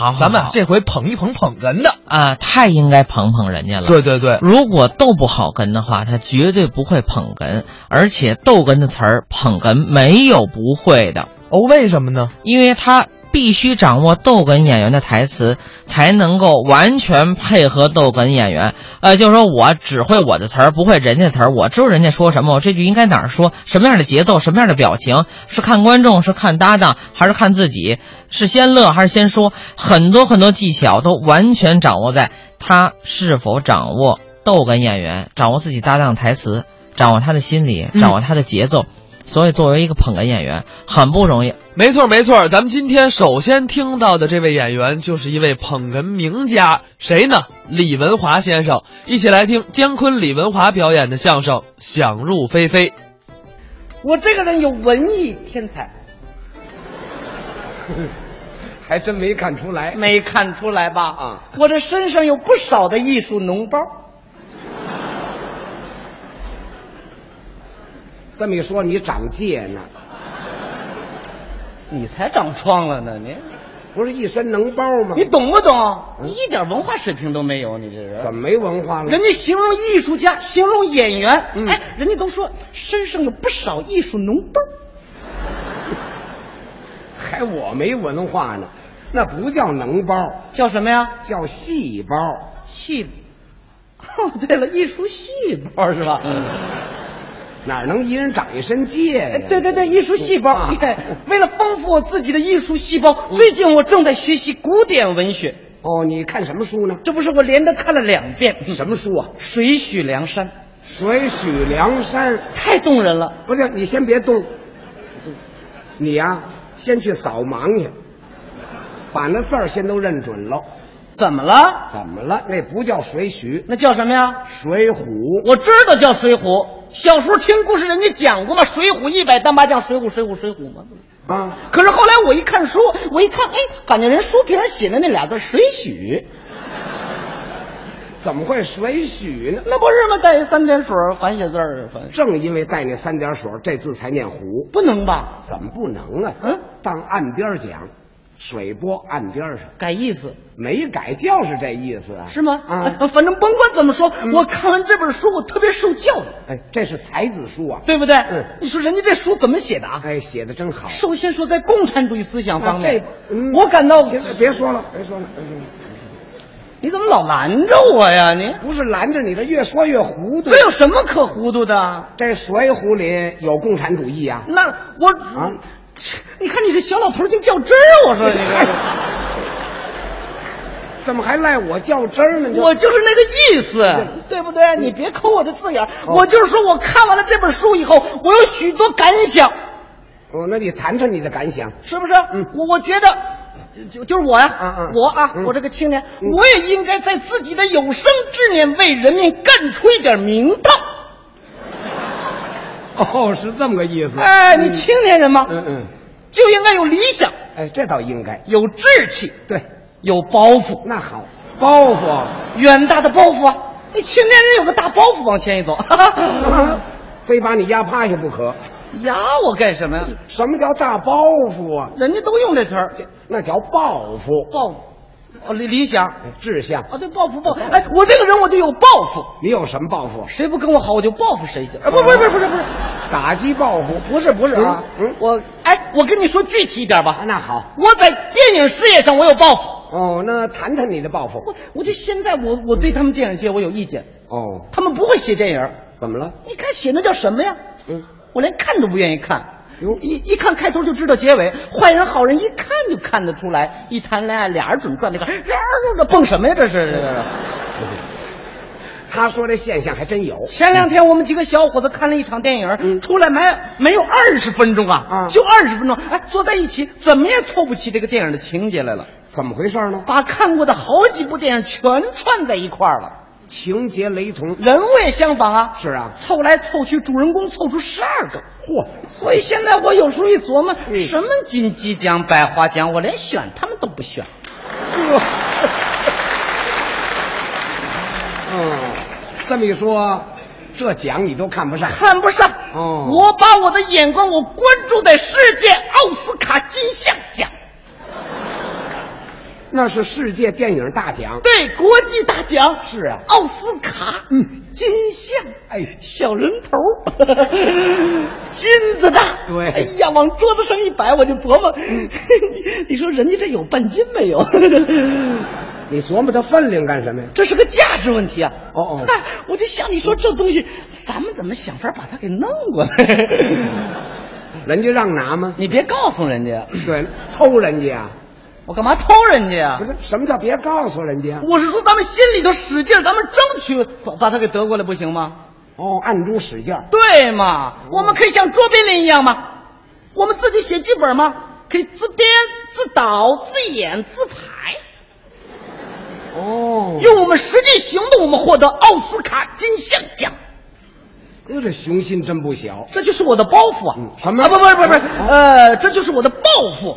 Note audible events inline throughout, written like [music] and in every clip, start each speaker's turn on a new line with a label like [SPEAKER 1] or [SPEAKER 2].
[SPEAKER 1] 好好
[SPEAKER 2] 咱们
[SPEAKER 1] 好
[SPEAKER 2] 这回捧一捧捧哏的，
[SPEAKER 1] 啊，太应该捧捧人家了。
[SPEAKER 2] 对对对，
[SPEAKER 1] 如果斗不好哏的话，他绝对不会捧哏，而且逗哏的词儿捧哏没有不会的，
[SPEAKER 2] 哦，为什么呢？
[SPEAKER 1] 因为他必须掌握逗哏演员的台词，才能够完全配合逗哏演员。呃，就是说我只会我的词儿，不会人家词儿，我知道人家说什么，我这句应该哪儿说，什么样的节奏，什么样的表情，是看观众，是看搭档，还是看自己，是先乐还是先说，很多很多技巧都完全掌握在他是否掌握逗哏演员，掌握自己搭档台词，掌握他的心理，
[SPEAKER 2] 嗯
[SPEAKER 1] 掌握他的节奏。所以，作为一个捧哏演员，很不容易，
[SPEAKER 2] 没错没错，咱们今天首先听到的这位演员就是一位捧哏名家，谁呢？李文华先生，一起来听姜昆、李文华表演的相声《想入非非》。
[SPEAKER 3] 我这个人有文艺天才，
[SPEAKER 4] 还真没看出来。
[SPEAKER 3] 没看出来吧？
[SPEAKER 4] 啊，
[SPEAKER 3] 我这身上有不少的艺术脓包。
[SPEAKER 4] 这么一说，你长戒呢？
[SPEAKER 3] 你才长疮了呢，你嗯
[SPEAKER 4] 不是一身脓包吗？
[SPEAKER 3] 你懂不懂？你一点文化水平都没有，你这人。
[SPEAKER 4] 怎么没文化了？
[SPEAKER 3] 人家形容艺术家，形容演员，
[SPEAKER 4] 嗯
[SPEAKER 3] 哎，人家都说身上有不少艺术脓包。
[SPEAKER 4] 还我没文化呢，那不叫脓包，
[SPEAKER 3] 叫什么呀？
[SPEAKER 4] 叫细胞。
[SPEAKER 3] 细。哦，对了，艺术细胞是吧？
[SPEAKER 4] 哪能一人长一身戒
[SPEAKER 3] 哎，
[SPEAKER 4] 呀？
[SPEAKER 3] 对对对，艺术细胞。
[SPEAKER 4] 啊
[SPEAKER 3] 对，为了丰富我自己的艺术细胞，最近我正在学习古典文学。
[SPEAKER 4] 哦，你看什么书呢？
[SPEAKER 3] 这不是我连着看了两遍《
[SPEAKER 4] 什么书啊？
[SPEAKER 3] 水许梁山》，
[SPEAKER 4] 《水许梁山》。
[SPEAKER 3] 太动人了。
[SPEAKER 4] 不是，你先别动，你呀、先去扫盲去，把那字儿先都认准了。
[SPEAKER 3] 怎么了？
[SPEAKER 4] 怎么了？那不叫水许，
[SPEAKER 3] 那叫什么呀？
[SPEAKER 4] 水浒。
[SPEAKER 3] 我知道叫《水浒》，小时候听故事人家讲过嘛，《水浒》一百单八将，《水浒》《水浒》《水浒》嘛。
[SPEAKER 4] 啊，
[SPEAKER 3] 可是后来我一看书，我一看，哎，感觉人书评上写的那俩字“水许
[SPEAKER 4] [laughs] 怎么会水许”，呢？
[SPEAKER 3] 那不是吗？带一三点水，繁写字儿，繁
[SPEAKER 4] 正因为带那三点水，这字才念湖，
[SPEAKER 3] 不能吧？
[SPEAKER 4] 怎么不能啊？
[SPEAKER 3] 嗯，
[SPEAKER 4] 当岸边讲，水泊岸边上，
[SPEAKER 3] 改意思
[SPEAKER 4] 没改就是这意思啊？
[SPEAKER 3] 是吗？
[SPEAKER 4] 啊、
[SPEAKER 3] 哎 [laughs] 反正甭管怎么说，我看完这本书，我特别受教育，
[SPEAKER 4] 哎，这是才子书啊！
[SPEAKER 3] 对不对？
[SPEAKER 4] 嗯
[SPEAKER 3] 你说人家这书怎么写的啊？
[SPEAKER 4] 哎，写的真好。
[SPEAKER 3] 首先说，在共产主义思想方面
[SPEAKER 4] 啊，这嗯
[SPEAKER 3] 我感到
[SPEAKER 4] 行了，别说了，别说了，别说了
[SPEAKER 3] 你怎么老拦着我呀？你
[SPEAKER 4] 不是拦着你这，越说越糊涂
[SPEAKER 3] 这。有什么可糊涂的？
[SPEAKER 4] 这水浒里有共产主义啊？
[SPEAKER 3] 那我
[SPEAKER 4] 啊
[SPEAKER 3] 切你看你这小老头儿净较真儿，我说
[SPEAKER 4] [laughs]
[SPEAKER 3] 你
[SPEAKER 4] 嗨
[SPEAKER 3] 这，
[SPEAKER 4] [laughs] 怎么还赖我较真儿呢？你就
[SPEAKER 3] 我就是那个意思，对不
[SPEAKER 4] 嗯
[SPEAKER 3] 对？你别抠我这字眼儿，
[SPEAKER 4] 哦
[SPEAKER 3] 我就是说我看完了这本书以后，我有许多感想，
[SPEAKER 4] 哦，那你谈谈你的感想。
[SPEAKER 3] 是不是？
[SPEAKER 4] 嗯
[SPEAKER 3] 我我觉得。就就是我呀、
[SPEAKER 4] 嗯嗯
[SPEAKER 3] 我啊，
[SPEAKER 4] 嗯
[SPEAKER 3] 我这个青年，我也应该在自己的有生之年为人民干出一点名堂。
[SPEAKER 4] 哦，是这么个意思
[SPEAKER 3] 哎，你青年人嘛，
[SPEAKER 4] 嗯嗯，
[SPEAKER 3] 就应该有理想、
[SPEAKER 4] 哎，这倒应该。
[SPEAKER 3] 有志气、
[SPEAKER 4] 对，
[SPEAKER 3] 有包袱，
[SPEAKER 4] 那好，包袱啊
[SPEAKER 3] 远大的包袱啊！那青年人有个大包袱往前一走，哈哈
[SPEAKER 4] 啊， [laughs] 非把你压趴下不可。
[SPEAKER 3] 压我干什么呀？
[SPEAKER 4] 什么叫大包袱啊？
[SPEAKER 3] 人家都用这词儿，
[SPEAKER 4] 那叫抱负，
[SPEAKER 3] 抱负，哦理理想啊，
[SPEAKER 4] 哎志向。
[SPEAKER 3] 对，抱负抱，哎，我这个人我就有抱负，
[SPEAKER 4] 你有什么抱负？
[SPEAKER 3] 谁不跟我好我就报复谁去。
[SPEAKER 4] 呃
[SPEAKER 3] 啊，不不不不是不是
[SPEAKER 4] 打击报复？
[SPEAKER 3] 不是不是啊，
[SPEAKER 4] 嗯嗯
[SPEAKER 3] 我哎，我跟你说具体一点
[SPEAKER 4] 啊，
[SPEAKER 3] 吧，
[SPEAKER 4] 那好。
[SPEAKER 3] 我在电影事业上我有抱负，
[SPEAKER 4] 哦，那谈谈你的抱负。
[SPEAKER 3] 我我就现在我我对他们电影界我有意见，
[SPEAKER 4] 哦，
[SPEAKER 3] 他们不会写电影，
[SPEAKER 4] 怎么了？
[SPEAKER 3] 你看写那叫什么呀？
[SPEAKER 4] 嗯，
[SPEAKER 3] 我连看都不愿意看
[SPEAKER 4] 哟。
[SPEAKER 3] 一一看开头就知道结尾，坏人好人一看就看得出来。一谈恋爱，俩人准转那个， [laughs] 这蹦什么呀？这是这是。
[SPEAKER 4] 他说这现象还真有。
[SPEAKER 3] 前两天我们几个小伙子看了一场电影，
[SPEAKER 4] 嗯
[SPEAKER 3] 出来没没有二十分钟啊，
[SPEAKER 4] 啊
[SPEAKER 3] 就二十分钟，哎，坐在一起怎么也凑不起这个电影的情节来了，
[SPEAKER 4] 怎么回事呢？
[SPEAKER 3] 把看过的好几部电影全串在一块儿了，
[SPEAKER 4] 情节雷同。
[SPEAKER 3] 人物也相仿啊。
[SPEAKER 4] 是啊，
[SPEAKER 3] 凑来凑去，主人公凑出十二个，
[SPEAKER 4] 嚯，
[SPEAKER 3] 所以现在我有时候一琢磨，
[SPEAKER 4] 嗯
[SPEAKER 3] 什么金鸡奖、百花奖，我连选他们都不选。
[SPEAKER 4] 哦嗯，这么一说，这奖你都看不上。
[SPEAKER 3] 看不上。
[SPEAKER 4] 哦
[SPEAKER 3] 我把我的眼光，我关注在世界奥斯卡金像奖。
[SPEAKER 4] 那是世界电影大奖。
[SPEAKER 5] 对，国际大奖
[SPEAKER 4] 是啊
[SPEAKER 5] 奥斯卡，嗯，金像，
[SPEAKER 4] 哎
[SPEAKER 5] 小人
[SPEAKER 4] [laughs]
[SPEAKER 5] 头儿，金子大，
[SPEAKER 4] 对
[SPEAKER 5] 哎呀，往桌子上一摆，我就琢磨， [laughs] 你说人家这有半斤没有？
[SPEAKER 4] 你琢磨它分量干什么呀？
[SPEAKER 5] 这是个价值问题啊！
[SPEAKER 4] 哦哦
[SPEAKER 5] 嗨我就想你说这东西，咱们怎么想法把它给弄过
[SPEAKER 4] [laughs]
[SPEAKER 5] 来？
[SPEAKER 4] 人家让拿吗？
[SPEAKER 5] 你别告诉人家，
[SPEAKER 4] 对，偷人家啊？
[SPEAKER 5] 我干嘛偷人家呀
[SPEAKER 4] 不？是，什么叫别告诉人家啊？
[SPEAKER 5] 我是说，咱们心里头使劲儿，咱们争取把把它给得过来，不行吗？
[SPEAKER 4] 哦，暗中使劲儿。
[SPEAKER 5] 对
[SPEAKER 4] 哦
[SPEAKER 5] 嘛，我们可以像卓别林一样嘛，我们自己写剧本嘛，可以自编、自导、自演、自排，
[SPEAKER 4] 哦，
[SPEAKER 5] 用我们实际行动，我们获得奥斯卡金像奖。
[SPEAKER 4] 哟，这雄心真不小。
[SPEAKER 5] 这就是我的包袱啊！
[SPEAKER 4] 嗯什么
[SPEAKER 5] 啊？不不是不是不是，
[SPEAKER 4] 啊
[SPEAKER 5] 呃，这就是我的抱负。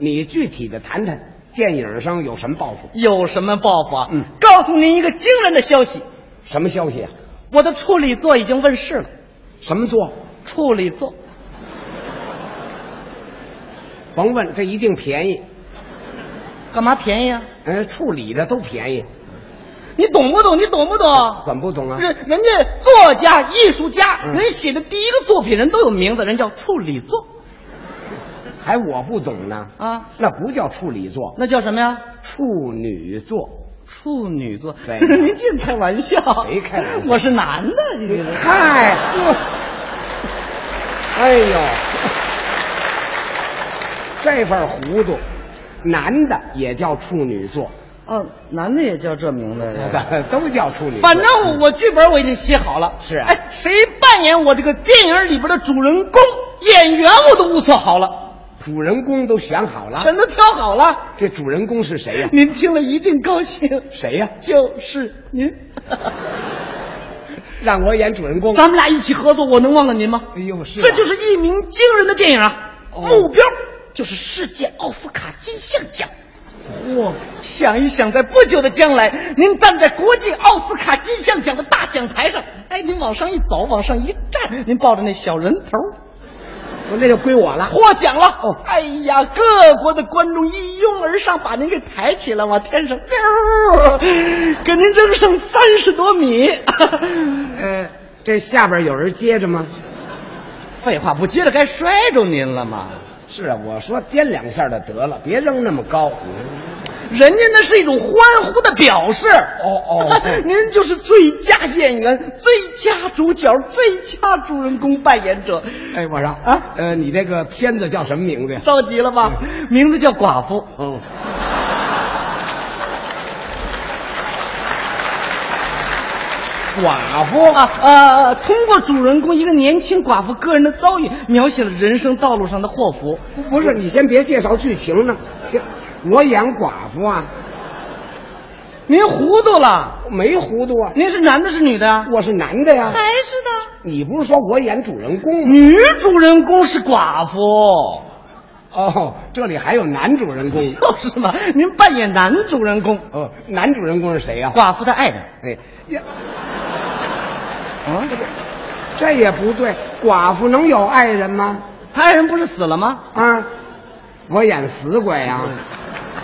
[SPEAKER 4] 你具体的谈谈电影上有什么抱负？
[SPEAKER 5] 有什么抱负啊？
[SPEAKER 4] 嗯
[SPEAKER 5] 告诉您一个惊人的消息，
[SPEAKER 4] 什么消息啊？
[SPEAKER 5] 我的处女作已经问世了。
[SPEAKER 4] 什么座？
[SPEAKER 5] 处女作，
[SPEAKER 4] 甭问，这一定便宜。
[SPEAKER 5] 干嘛便宜啊？
[SPEAKER 4] 呃，处理的都便宜，
[SPEAKER 5] 你懂不懂？你懂不懂？
[SPEAKER 4] 怎么不懂啊？
[SPEAKER 5] 人人家作家、艺术家，
[SPEAKER 4] 嗯
[SPEAKER 5] 人写的第一个作品，人都有名字，人叫处女作
[SPEAKER 4] 还我不懂呢。
[SPEAKER 5] 啊。
[SPEAKER 4] 那不叫处理座，
[SPEAKER 5] 那叫什么呀？
[SPEAKER 4] 处女座。
[SPEAKER 5] 处女座。
[SPEAKER 4] 对
[SPEAKER 5] [laughs] 您净开玩笑。
[SPEAKER 4] 谁开玩笑
[SPEAKER 5] 我是男的，你这
[SPEAKER 4] [laughs]
[SPEAKER 5] 个
[SPEAKER 4] 嗨，呵哎呦，这份糊涂，男的也叫处女座， [laughs]
[SPEAKER 5] 哦，男的也叫这名字呀。
[SPEAKER 4] 都叫处女座。
[SPEAKER 5] 反正我我剧本我已经写好了。
[SPEAKER 4] 是啊
[SPEAKER 5] 哎，谁扮演我这个电影里边的主人公演员，我都物色好了，
[SPEAKER 4] 主人公都选好了，
[SPEAKER 5] 全都挑好了。
[SPEAKER 4] 这主人公是谁呀、
[SPEAKER 5] 您听了一定高兴，
[SPEAKER 4] 谁呀、
[SPEAKER 5] 就是您。 [laughs]
[SPEAKER 4] 让我演主人公。
[SPEAKER 5] 咱们俩一起合作，我能忘了您吗？
[SPEAKER 4] 哎呦，是、啊，
[SPEAKER 5] 这就是一鸣惊人的电影啊！
[SPEAKER 4] 哦
[SPEAKER 5] 目标就是世界奥斯卡金像奖。
[SPEAKER 4] 嚯、
[SPEAKER 5] 想一想，在不久的将来，您站在国际奥斯卡金像奖的大讲台上，哎，您往上一走，往上一站，您抱着那小人头儿。
[SPEAKER 4] 我那就归我了。哦
[SPEAKER 5] 获奖了！哎呀，各国的观众一拥而上，把您给抬起来，往天上 [laughs] 飘，给您扔上三十多米。 [laughs]
[SPEAKER 4] 呃，这下边有人接着吗？
[SPEAKER 5] 废话，不接着该摔着您了吗？
[SPEAKER 4] 是啊，我说颠两下就得了，别扔那么
[SPEAKER 5] [laughs]
[SPEAKER 4] 高。哦
[SPEAKER 5] 人家那是一种欢呼的表示。
[SPEAKER 4] [laughs]
[SPEAKER 5] 哦
[SPEAKER 4] 哦
[SPEAKER 5] 您就是最佳演员、最佳主角、最佳主人公扮演者，
[SPEAKER 4] 哎，我说
[SPEAKER 5] 啊，
[SPEAKER 4] 呃，你这个片子叫什么名字呀？
[SPEAKER 5] 着急了吧？名字叫寡妇。
[SPEAKER 4] 嗯，寡妇
[SPEAKER 5] 啊，呃，通过主人公一个年轻寡妇个人的遭遇，描写了人生道路上的祸福。
[SPEAKER 4] 不是，你先别介绍剧情呢。这我演寡妇啊，
[SPEAKER 5] 您糊涂了，
[SPEAKER 4] 没糊涂啊，
[SPEAKER 5] 您是男的，是女的呀？
[SPEAKER 4] 我是男的呀。
[SPEAKER 5] 是的。
[SPEAKER 4] 你不是说我演主人公吗？
[SPEAKER 5] 女主人公是寡妇，
[SPEAKER 4] [laughs]
[SPEAKER 5] [laughs]
[SPEAKER 4] 哦，这里还有男主 [laughs] 人公。
[SPEAKER 5] 就是嘛。您扮演男主人公，
[SPEAKER 4] 哦，男主人公是谁呀、
[SPEAKER 5] 寡妇的爱人。
[SPEAKER 4] 哎，呀，啊，这也不对，寡妇能有爱人吗？
[SPEAKER 5] 他爱人不是死了吗？
[SPEAKER 4] 啊，我演死鬼啊！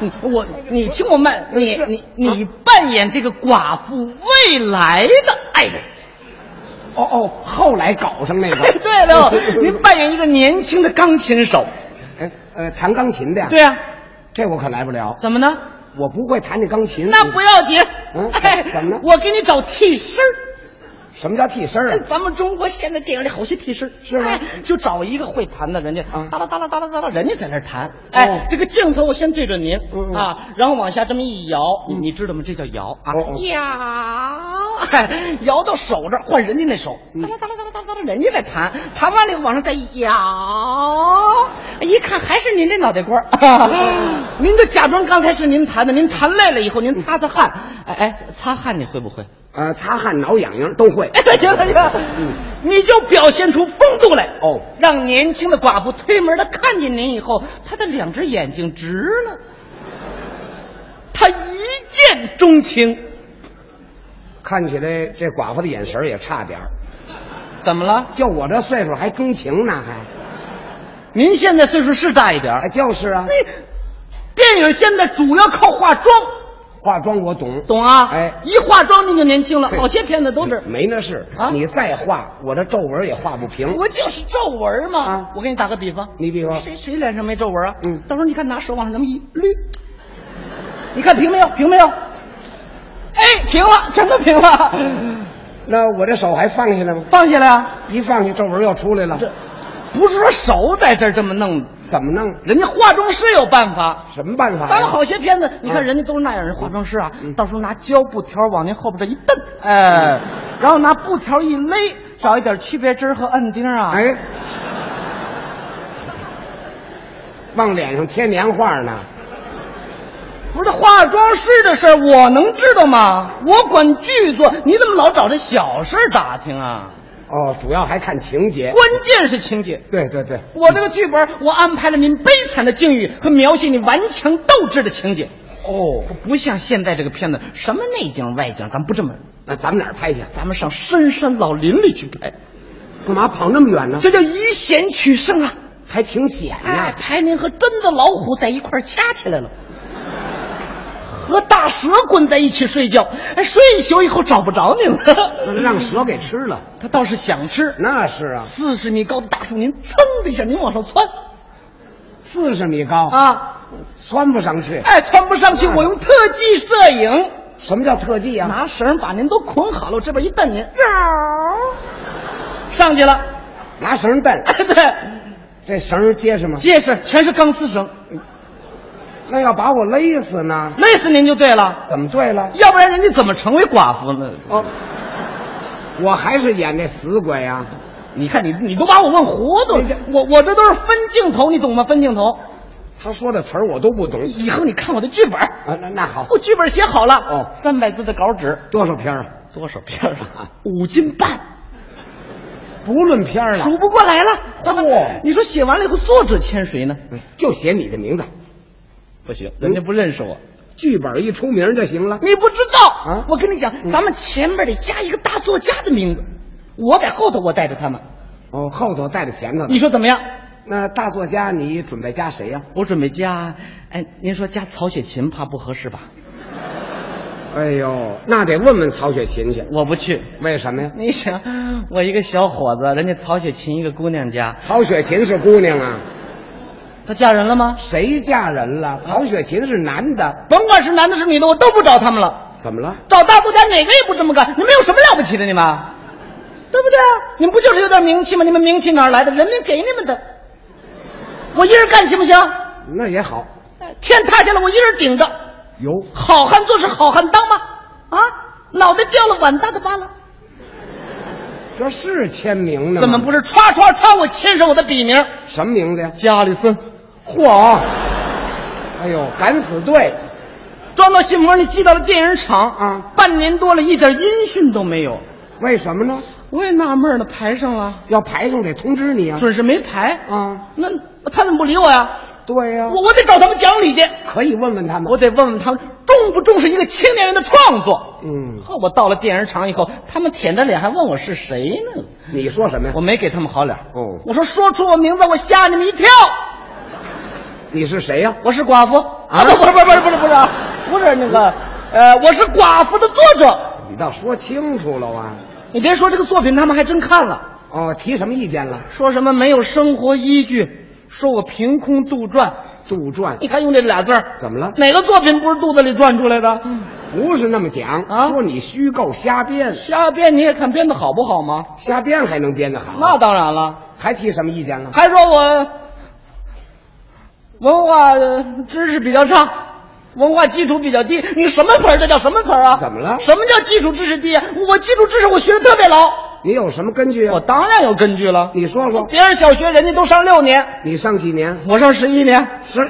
[SPEAKER 5] 你嗯我，你听我慢，你
[SPEAKER 4] 是
[SPEAKER 5] 你你扮演这个寡妇未来的爱人。
[SPEAKER 4] 哦哦，后来搞上那 [laughs] 个。
[SPEAKER 5] [laughs] 对了，您扮演一个年轻的钢
[SPEAKER 4] [laughs]
[SPEAKER 5] 琴手。
[SPEAKER 4] 哎呃，弹钢琴的呀？
[SPEAKER 5] 对，呀、
[SPEAKER 4] 这我可来不了，
[SPEAKER 5] 怎么呢？
[SPEAKER 4] 我不会弹这钢琴。
[SPEAKER 5] 那不要紧，
[SPEAKER 4] 嗯
[SPEAKER 5] 哎，
[SPEAKER 4] 怎么了
[SPEAKER 5] 我给你找替身儿。
[SPEAKER 4] 什么叫替身啊？
[SPEAKER 5] 咱们中国现在电影里好些替身儿，
[SPEAKER 4] 是吗
[SPEAKER 5] 哎就找一个会弹的，人家
[SPEAKER 4] 嗯
[SPEAKER 5] 哒啦哒啦哒啦哒啦，人家在那儿弹。哎，这个镜头我先对准您
[SPEAKER 4] 哦嗯嗯嗯
[SPEAKER 5] 啊，然后往下这么一摇，你你知道吗？这叫摇啊
[SPEAKER 4] 哦哦，
[SPEAKER 5] 摇，哎摇到手这儿换人家那手，
[SPEAKER 4] 嗯
[SPEAKER 5] 哒啦哒啦哒啦哒啦哒啦，人家在弹，弹完了以后往上再一摇，一看还是您这脑袋瓜
[SPEAKER 4] [laughs]
[SPEAKER 5] 儿，您就假装刚才是您弹的，您弹累了以后您擦擦汗，哎哎，擦汗你会不会？
[SPEAKER 4] 呃，擦汗、挠痒痒都会。
[SPEAKER 5] 哎， [laughs] 行了行了，你就表现出风度来
[SPEAKER 4] 哦，
[SPEAKER 5] 让年轻的寡妇推门的看见您以后，她的两只眼睛直了，她一见钟情，
[SPEAKER 4] 看起来这寡妇的眼神儿也差点儿，
[SPEAKER 5] 怎么了？
[SPEAKER 4] 就我这岁数还钟情呢，还
[SPEAKER 5] 您现在岁数是大一点儿，
[SPEAKER 4] 哎就是啊，
[SPEAKER 5] 那电影现在主要靠化妆，
[SPEAKER 4] 化妆我懂，
[SPEAKER 5] 懂啊？
[SPEAKER 4] 哎
[SPEAKER 5] 一化妆你就年轻了，好些片子都是。
[SPEAKER 4] 没那事
[SPEAKER 5] 啊
[SPEAKER 4] 你再画，我这皱纹也画不平。
[SPEAKER 5] 我就是皱纹嘛。
[SPEAKER 4] 啊
[SPEAKER 5] 我给你打个比方，
[SPEAKER 4] 你比方，
[SPEAKER 5] 谁谁脸上没皱纹啊？
[SPEAKER 4] 嗯
[SPEAKER 5] 到时候你看拿手往上那么一捋，你看平没有？平没有？哎，平了，全都平了，
[SPEAKER 4] 那我这手还放下来吗？
[SPEAKER 5] 放下来啊！
[SPEAKER 4] 一放下，皱纹又出来了。
[SPEAKER 5] 不是说手在这儿这么弄的，
[SPEAKER 4] 怎么弄？
[SPEAKER 5] 人家化妆师有办法。
[SPEAKER 4] 什么哎办法呀？
[SPEAKER 5] 咱们好些片子，你
[SPEAKER 4] 嗯
[SPEAKER 5] 看人家都是那样，人化妆师啊，
[SPEAKER 4] 嗯
[SPEAKER 5] 到时候拿胶布条往您后边这一蹬，哎，然后拿布条一勒，找一点区别针和摁钉啊，
[SPEAKER 4] 哎，往脸上贴年画呢。
[SPEAKER 5] 不是化妆师的事儿，我能知道吗？我管剧作，你怎么老找这小事儿打听啊？
[SPEAKER 4] 哦，主要还看情节。
[SPEAKER 5] 关键是情节。
[SPEAKER 4] 对对对，
[SPEAKER 5] 我这个剧本，我安排了您悲惨的境遇和描写你顽强斗志的情节，
[SPEAKER 4] 哦，
[SPEAKER 5] 不像现在这个片子，什么内景外景，咱不这么，
[SPEAKER 4] 那咱们哪儿拍去？
[SPEAKER 5] 咱们上深山老林里去拍，
[SPEAKER 4] 干嘛跑那么远呢？
[SPEAKER 5] 这叫以险取胜啊！
[SPEAKER 4] 还挺险
[SPEAKER 5] 哎，
[SPEAKER 4] 呀。
[SPEAKER 5] 拍您和真的老虎在一块儿掐起来了，和大蛇滚在一起睡觉，哎，睡一宿以后找不着您
[SPEAKER 4] 那 [laughs]
[SPEAKER 5] 了。
[SPEAKER 4] 让蛇给吃了。
[SPEAKER 5] 他倒是想吃，
[SPEAKER 4] 那是啊，
[SPEAKER 5] 四十米高的大树，您噌的一下，您往上窜
[SPEAKER 4] 四十米高，
[SPEAKER 5] 啊！
[SPEAKER 4] 窜不上去。
[SPEAKER 5] 哎，窜不上去，我用特技摄影，
[SPEAKER 4] 什么叫特技啊？
[SPEAKER 5] 拿绳把您都捆好了，我这边一蹬您，绕上去了。 [laughs]
[SPEAKER 4] 拿绳蹬，
[SPEAKER 5] 哎，对，
[SPEAKER 4] 这绳结实吗？
[SPEAKER 5] 结实，全是钢丝绳，
[SPEAKER 4] 那要把我勒死呢？
[SPEAKER 5] 勒死您就对了，
[SPEAKER 4] 怎么对了？
[SPEAKER 5] 要不然人家怎么成为寡妇呢？
[SPEAKER 4] 哦，我还是演那死鬼啊！
[SPEAKER 5] 你看你，你都把我问糊涂
[SPEAKER 4] 你这
[SPEAKER 5] 了。我我这都是分镜头，你懂吗？分镜头。
[SPEAKER 4] 他说的词儿我都不懂
[SPEAKER 5] 以后你看我的剧本，
[SPEAKER 4] 啊。那那好，
[SPEAKER 5] 我剧本写好了，
[SPEAKER 4] 哦
[SPEAKER 5] 三百字的稿纸，
[SPEAKER 4] 多少篇儿？
[SPEAKER 5] 多少篇儿啊？五斤半，
[SPEAKER 4] 不论篇儿了，
[SPEAKER 5] 数不过来了。
[SPEAKER 4] 嚯
[SPEAKER 5] 你说写完了以后，作者签谁呢？
[SPEAKER 4] 就写你的名字，嗯
[SPEAKER 5] 不行，人家不认识我。
[SPEAKER 4] 剧本一出名就行了。
[SPEAKER 5] 嗯你不知道
[SPEAKER 4] 啊
[SPEAKER 5] 我跟你讲，咱们前面得加一个大作家的名字，我在后头，我带着他们。
[SPEAKER 4] 哦，后头带着前头呢
[SPEAKER 5] 你。说怎么样？
[SPEAKER 4] 那大作家，你准备加谁呀、
[SPEAKER 5] 我准备加，哎，您说加曹雪芹怕不合适吧？
[SPEAKER 4] 哎呦，那得问问曹雪芹去，
[SPEAKER 5] 我不去，
[SPEAKER 4] 为什么呀？
[SPEAKER 5] 你想，我一个小伙子，人家曹雪芹一个姑娘家，
[SPEAKER 4] 曹雪芹是姑娘啊，
[SPEAKER 5] 她嫁人了吗？
[SPEAKER 4] 谁嫁人了？曹雪芹是男的，
[SPEAKER 5] 甭管是男的是女的，我都不找他们了，
[SPEAKER 4] 怎么了？
[SPEAKER 5] 找大作家哪个也不这么干。你们有什么了不起的？你们，对不对？你们不就是有点名气吗？你们名气哪儿来的？人民给你们的。我一人干行不行？
[SPEAKER 4] 那也好，
[SPEAKER 5] 天塌下来我一人顶着。
[SPEAKER 4] 有
[SPEAKER 5] 好汉做事好汉当吗？啊，脑袋掉了碗大的疤了，
[SPEAKER 4] 这是签名呢吗？
[SPEAKER 5] 怎么不是？歘歘歘，我签上我的笔名，
[SPEAKER 4] 什么名字呀？
[SPEAKER 5] 加里森。
[SPEAKER 4] 嚯！哎呦，敢死队！
[SPEAKER 5] 装到信封里寄到了电影厂
[SPEAKER 4] 啊，
[SPEAKER 5] 半年多了，一点音讯都没有。
[SPEAKER 4] 为什么呢？
[SPEAKER 5] 我也纳闷了，排上了，
[SPEAKER 4] 要排上得通知你啊！
[SPEAKER 5] 准是没排。
[SPEAKER 4] 啊，
[SPEAKER 5] 那他们不理我呀？
[SPEAKER 4] 对呀、
[SPEAKER 5] 我我得找他们讲理去，
[SPEAKER 4] 可以问问他们。
[SPEAKER 5] 我得问问他们重不重视一个青年人的创作。
[SPEAKER 4] 嗯，
[SPEAKER 5] 呵，我到了电影厂以后，他们舔着脸还问我是谁呢，
[SPEAKER 4] 你说什么呀
[SPEAKER 5] 我？没给他们好脸。
[SPEAKER 4] 哦
[SPEAKER 5] 我说说出我名字，我吓你们一跳。
[SPEAKER 4] 你是谁呀、
[SPEAKER 5] 我是寡妇啊，不不是不是不是不是不是啊不是那个呃，我是寡妇的作者。
[SPEAKER 4] 你倒说清楚了啊！
[SPEAKER 5] 你别说这个作品，他们还真看了，
[SPEAKER 4] 哦，提什么意见了？
[SPEAKER 5] 说什么没有生活依据，说我凭空杜撰。
[SPEAKER 4] 杜撰
[SPEAKER 5] 你看用这俩字儿，
[SPEAKER 4] 怎么了？
[SPEAKER 5] 哪个作品不是肚子里转出来的？
[SPEAKER 4] 不是那么讲，
[SPEAKER 5] 啊
[SPEAKER 4] 说你虚构瞎编，
[SPEAKER 5] 瞎编你也看编的好不好吗？
[SPEAKER 4] 瞎编还能编得好？
[SPEAKER 5] 那当然了，
[SPEAKER 4] 还提什么意见了？
[SPEAKER 5] 还说我文化呃知识比较差，文化基础比较低。你什么词儿？这叫什么词儿啊？
[SPEAKER 4] 怎么了
[SPEAKER 5] 什么叫基础知识低啊？我基础知识我学的特别牢，
[SPEAKER 4] 你有什么根据
[SPEAKER 5] 我
[SPEAKER 4] 啊？
[SPEAKER 5] 当然有根据了。
[SPEAKER 4] 你说说，
[SPEAKER 5] 别人小学人家都上六年，
[SPEAKER 4] 你上几年？
[SPEAKER 5] 我上十一年，
[SPEAKER 4] 是，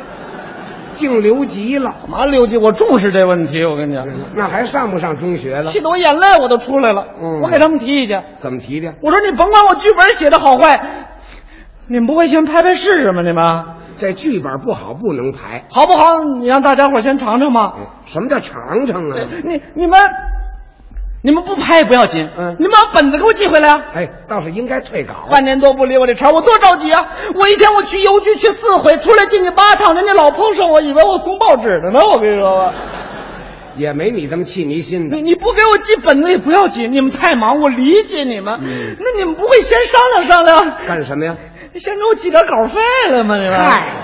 [SPEAKER 4] 净留级了，
[SPEAKER 5] 干嘛六级？我重视这问题，我跟你讲，
[SPEAKER 4] 那还上不上中学了？
[SPEAKER 5] 气得我眼泪我都出来了。
[SPEAKER 4] 嗯
[SPEAKER 5] 我给他们提意见。
[SPEAKER 4] 怎么提的？
[SPEAKER 5] 我说你甭管我剧本写的好坏，你们不会先拍拍试试吗？你们
[SPEAKER 4] 这剧本不好，不能排。
[SPEAKER 5] 好不好？你让大家伙先尝尝吧。
[SPEAKER 4] 啊哎什么叫尝尝啊？
[SPEAKER 5] 你你们你们不拍也不要紧，
[SPEAKER 4] 嗯
[SPEAKER 5] 你们把本子给我寄回来啊！
[SPEAKER 4] 哎，倒是应该退稿。
[SPEAKER 5] 半年多不理我这茬，我多着急啊！我一天我去邮局去四回，出来进去八趟，人家老碰上我，以为我送报纸的呢。我跟你说吧，
[SPEAKER 4] 也没你这么气迷心的
[SPEAKER 5] 你。你不给我寄本子也不要紧，你们太忙，我理解你们。
[SPEAKER 4] 嗯
[SPEAKER 5] 那你们不会先商量商量，
[SPEAKER 4] 干什么呀？
[SPEAKER 5] 先给我寄点稿费了吗？你们
[SPEAKER 4] 嗨，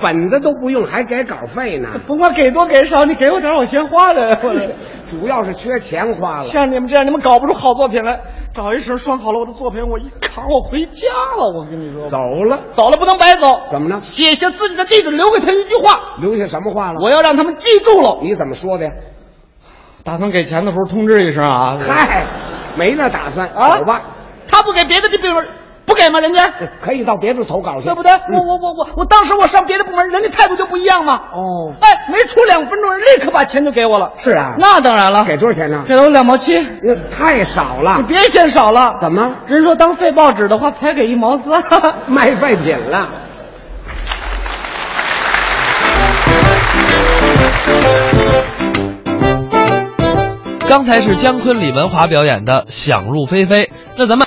[SPEAKER 4] 本子都不用，还给稿费呢？
[SPEAKER 5] 甭管给多给少，你给我点儿我先花着呀。我
[SPEAKER 4] [laughs]
[SPEAKER 5] 这
[SPEAKER 4] 主要是缺钱花了。
[SPEAKER 5] 像你们这样，你们搞不出好作品来。找一手拴好了我的作品，我一扛，我回家了。我跟你说，
[SPEAKER 4] 走了，
[SPEAKER 5] 走了不能白走，
[SPEAKER 4] 怎么了？
[SPEAKER 5] 写下自己的地址，留给他一句话，
[SPEAKER 4] 留下什么话了？
[SPEAKER 5] 我要让他们记住了。
[SPEAKER 4] 你怎么说的呀？
[SPEAKER 5] 打算给钱的时候通知一声啊
[SPEAKER 4] 嗨，没那打算，
[SPEAKER 5] 啊
[SPEAKER 4] 走吧，
[SPEAKER 5] 他不给别的地部门，不给吗？人家
[SPEAKER 4] 可以到别处投稿去，
[SPEAKER 5] 对不对？
[SPEAKER 4] 嗯
[SPEAKER 5] 我我我我我当时我上别的部门，人家态度就不一样嘛。
[SPEAKER 4] 哦，
[SPEAKER 5] 哎，没出两分钟，人立刻把钱就给我了。
[SPEAKER 4] 是啊，
[SPEAKER 5] 那当然了，
[SPEAKER 4] 给多少钱呢？
[SPEAKER 5] 给了我两毛七，你
[SPEAKER 4] 那太少了，
[SPEAKER 5] 别嫌少了。
[SPEAKER 4] 怎么
[SPEAKER 5] 人说当废报纸的话，才给一毛三。
[SPEAKER 4] 卖废品了？
[SPEAKER 3] 刚才是姜昆、李文华表演的《想入非非》，那咱们。